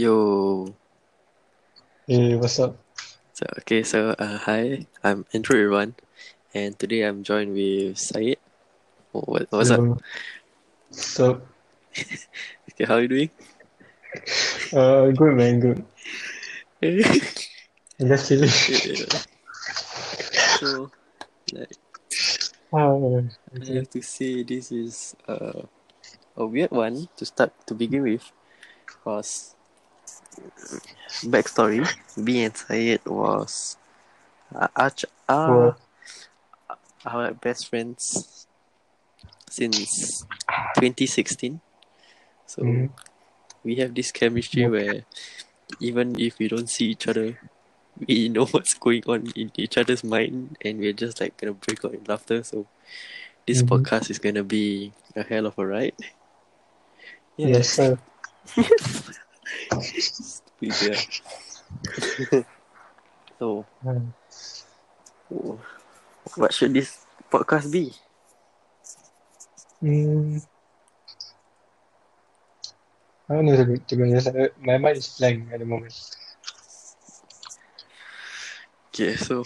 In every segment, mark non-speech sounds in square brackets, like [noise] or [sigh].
Yo. Hey, what's up? So okay, so uh, hi, I'm Andrew Irwan, and today I'm joined with Syed. Wh- What, what's up? Yo, what's up? Okay, how are you doing? Uh, good man, good. I'm just [laughs] chilling. Yeah, [laughs] so like Ah, I okay. have to say, this is uh, a weird one to start to begin with, cause backstory: me and Syed was uh, arch uh, Well, our best friends since 2016. So. mm, we have this chemistry where even if we don't see each other, we [laughs] know what's going on in each other's mind, and we're just like gonna break out in laughter. So this Mhm. podcast is gonna be a hell of a ride. yes, uh, sir. Stupid, yeah. [laughs] so Ah, w- what should this podcast be? Mm, I don't know to be, to be honest. I- My mind is blank at the moment. Okay, so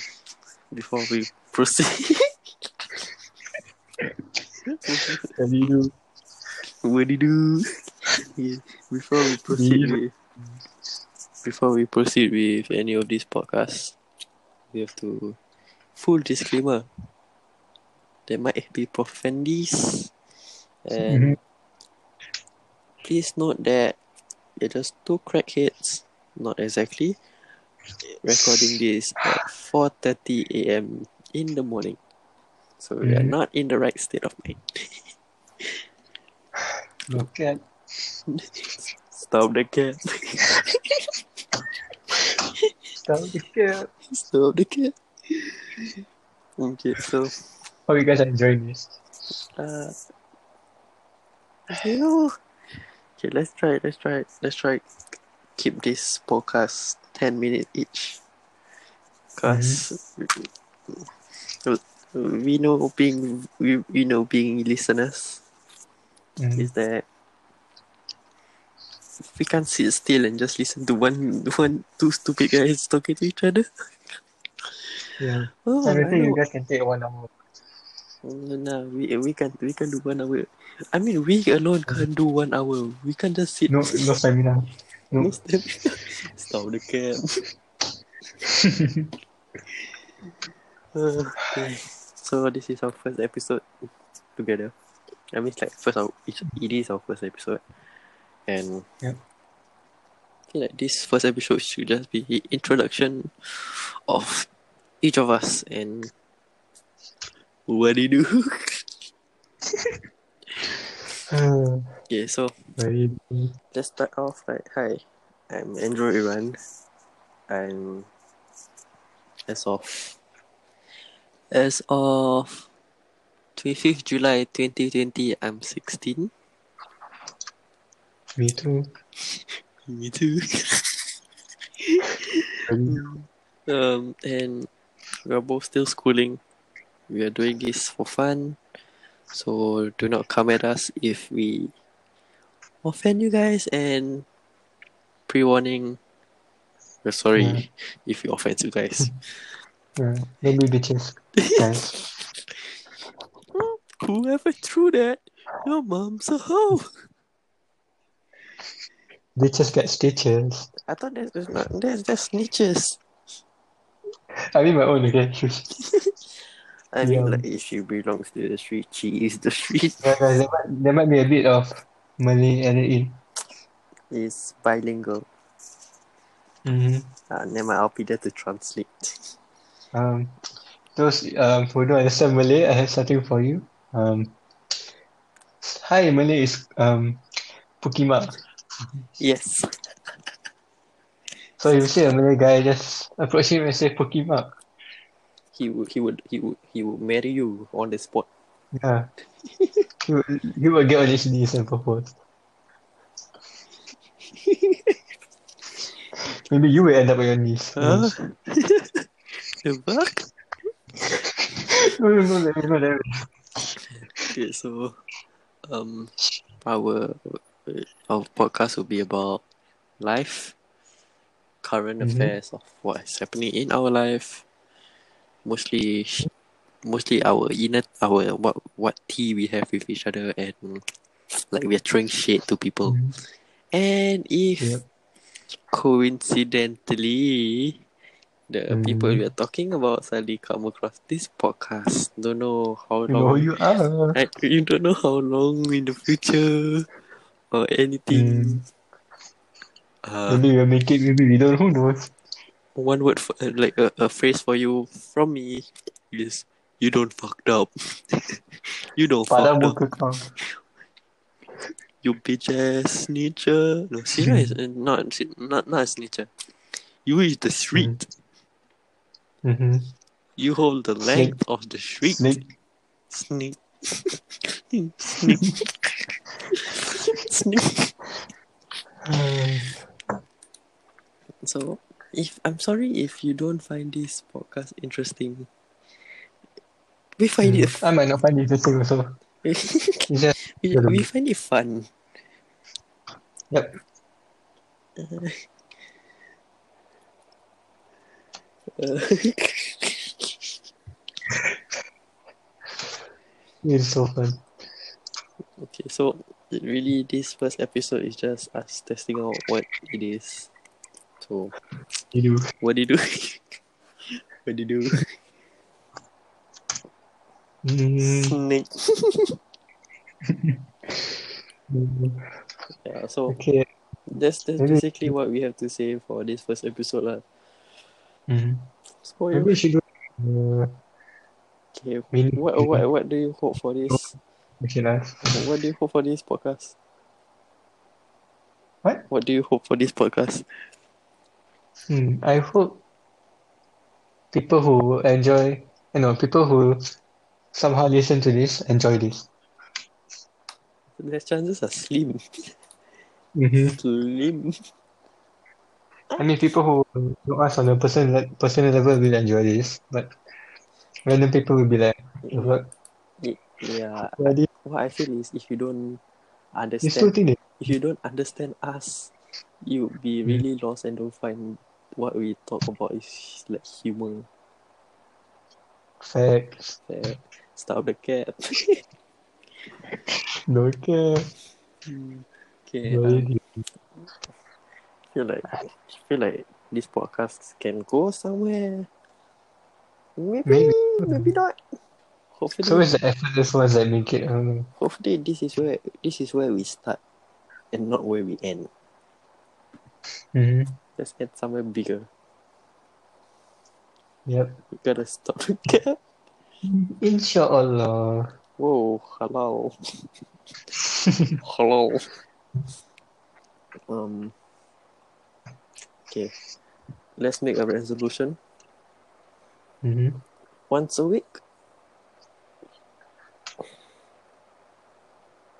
before we proceed, [laughs] What do you do? what do you do? Yeah, Before we proceed with before we proceed with any of these podcasts, we have to full disclaimer. There might be profandities, and Mhm. please note that we're just two crackheads, not exactly, recording this at four thirty a.m. in the morning. So we are Mhm. not in the right state of mind. Look at Stop the cat! down the hill. Stop the cat! Okay, so Hope you guys are enjoying this. uh, hell. Okay, let's try. Let's try. Let's try. Keep this podcast ten minutes each, because we know being we, we know being listeners Mm. is that we can't sit still and just listen to one one two stupid guys talking to each other. Yeah. Oh, I I don't think you know. guys can take one hour. Nah, we we can we can do one hour. I mean, we alone can't do one hour. We can't just sit. No, no stamina. No. Most of [laughs] Stop the cab. Uh. Okay. so this is our first episode together. I mean, it's like first our it, it is our first episode, and Yeah. I feel like this first episode should just be i- introduction of each of us and what do you do. [laughs] Ah, okay, so Very. let's start off like hi, I'm Andrew Iran. I'm as of as of twenty fifth July twenty twenty. I'm sixteen. Me too. Me too. [laughs] Very. um, and we are both still schooling. We are doing this for fun, so do not come at us if we offend you guys. And pre-warning, we're sorry Yeah. if we offend you guys. Yeah. Don't be [laughs] bitches, guys. Whoever threw that, your mom's a hoe. Bitches get stitches. I thought that was not that's that's snitches. I mean my own, okay? I mean, Yeah. like if she belongs to the street, she is the street. [laughs] Yeah, guys, there might, there might be a bit of Malay added in. Is bilingual. Mm-hmm. Uh, never mind, I'll be there to translate. Um, those um, who don't understand Malay, I have something for you. Um, hi, Malay is um, Pukima. Yes. So if you see a Malay guy, just approach him and say Pukima. he would he would he would he would marry you on the spot. Yeah. He will, he will get on his knees and [laughs] propose. Maybe you will end up on your knees. Huh? [laughs] the fuck? [laughs] No, no, no, no, no, no. Okay, uh, so um, our our podcast will be about life, current Mhm. affairs of what is happening in our life, mostly sh- mostly our inner our what what tea we have with each other and like we are throwing shade to people. Hmm. And if Mm. Yep. coincidentally the Mm. people we are talking about suddenly come across this podcast, don't know how You know who long you are. I, you don't know how long in the future or anything. Uh, Maybe we'll make it, maybe we don't, who knows? one word, for, uh, like a, a phrase for you from me is you don't fucked up. [laughs] you don't Pada fucked up. muka kau. You bitch ass snitcher. No, Sira Hmm. is uh, not, si- not, not a snitcher. You is the street. Mm-hmm. You hold the Hmm. Snake. length of the street. Snake. Sneak. [laughs] Sneak. [laughs] Sneak. Uh, So, if I'm sorry if you don't find this podcast interesting, we find it mm. I might not find it interesting also. [laughs] we, It's just, we find it fun. yep. Uh, It's so fun. [laughs] okay, so really, this first episode is just us testing out what it is. So, You do. what do you do? [laughs] what do you do? Mm. Snake. Yeah, so Okay. that's that's Maybe- basically what we have to say for this first episode, lah. Mm-hmm. Mm. So, Maybe we should do uh, okay, mini what what what do you hope for this? [laughs] okay, nice. What do you hope for this podcast? What? What do you hope for this podcast? Hmm. I hope people who enjoy, you know, people who somehow listen to this enjoy this. The chances are slim, [laughs] Mm-hmm. slim. I mean, people who know us on a personal le- personal level will enjoy this, but random people will be like, "The fuck? Yeah, Why did what I feel is if you don't you understand, still think that?" if you don't understand us, you'll be Mm. really lost and don't find what we talk about is like humor. Facts. Uh, stop the cap. No care. okay, No um, idea. feel like feel like this podcast can go somewhere. Maybe, Maybe. maybe not. Hopefully, So it's the effortless ones that make it. I don't know. hopefully this is where this is where we start, and not where we end. Mm-hmm. Let's end somewhere bigger. Yep. We gotta stop [laughs] the cap. Inshallah. Whoa, hello, hello. Um. Okay, let's make a resolution. Mm-hmm. Once a week.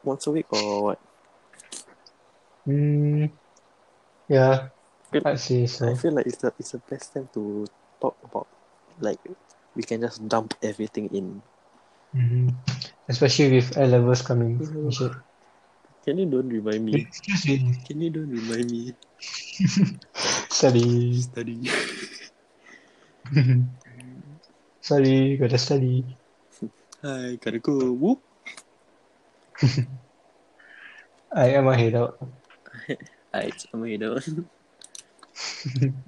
Once a week or what? Mm, yeah, Good. I'd I say so. feel like it's the it's the best time to talk about like we can just dump everything in. hmm Especially with A levels coming. Mhm. and shit. Can you don't remind me? Excuse me. Can you don't remind me? Study. Study. Mm-hmm. Sorry, gotta study. I gotta go. Whoop. I am a head out. I am I down. [laughs]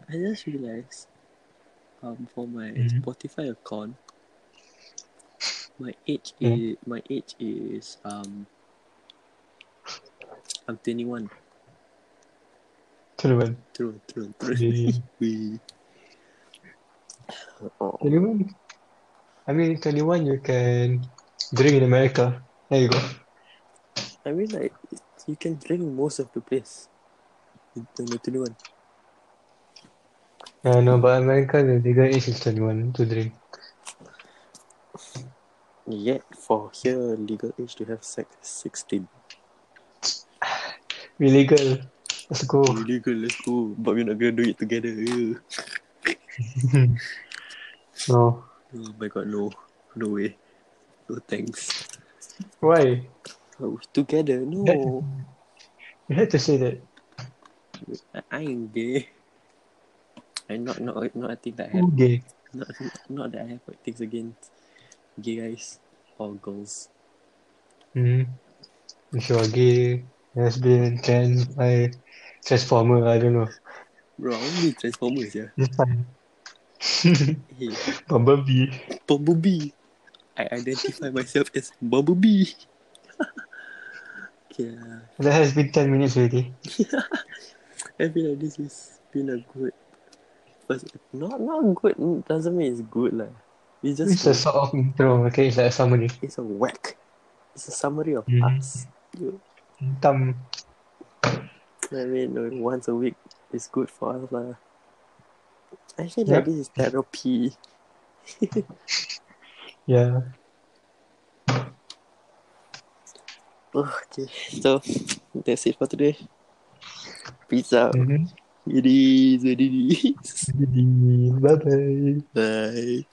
I just realized um for my Mhm. Spotify account my age Yeah. is my age is um I'm twenty one. Twenty-one. True, true, true. [laughs] Really. We oh, [laughs] Twenty-one. I mean, twenty-one. You can drink in America. There you go. I mean like you can drink most of the place. In twenty one. Yeah, Uh, no, but America the legal age is twenty-one to drink. Yet for here, legal age to have sex is 16. Illegal. Let's go. Illegal, let's go. But we're not gonna do it together. ew. No. Oh my god, no. No way. No thanks. Why? Oh, together, no. You had to say that. I, I ain't gay. And not not not a thing that I have Okay. not, not that I have like, things against gay guys or girls. Hmm. If you're gay, lesbian, trans, bi, transformer, I don't know. Bro, I want to be Transformers, yeah. It's fine. Hey, Bumblebee. Bumblebee. I identify myself as Bumblebee. [laughs] okay, uh, That has been 10 minutes already. I feel like this has been a good. First, not not good doesn't mean it's good lah. It's just It's a sort of intro, okay? It's like a summary. it's a whack. It's a summary of Mhm. us. You, Thumb. I mean, uh, once a week is good for us lah. I feel Yep. like this is therapy. Yeah. Oh, Okay, so that's it for today. Peace out. Mm. Mm-hmm. It is [laughs] what it is. Bye bye. Bye.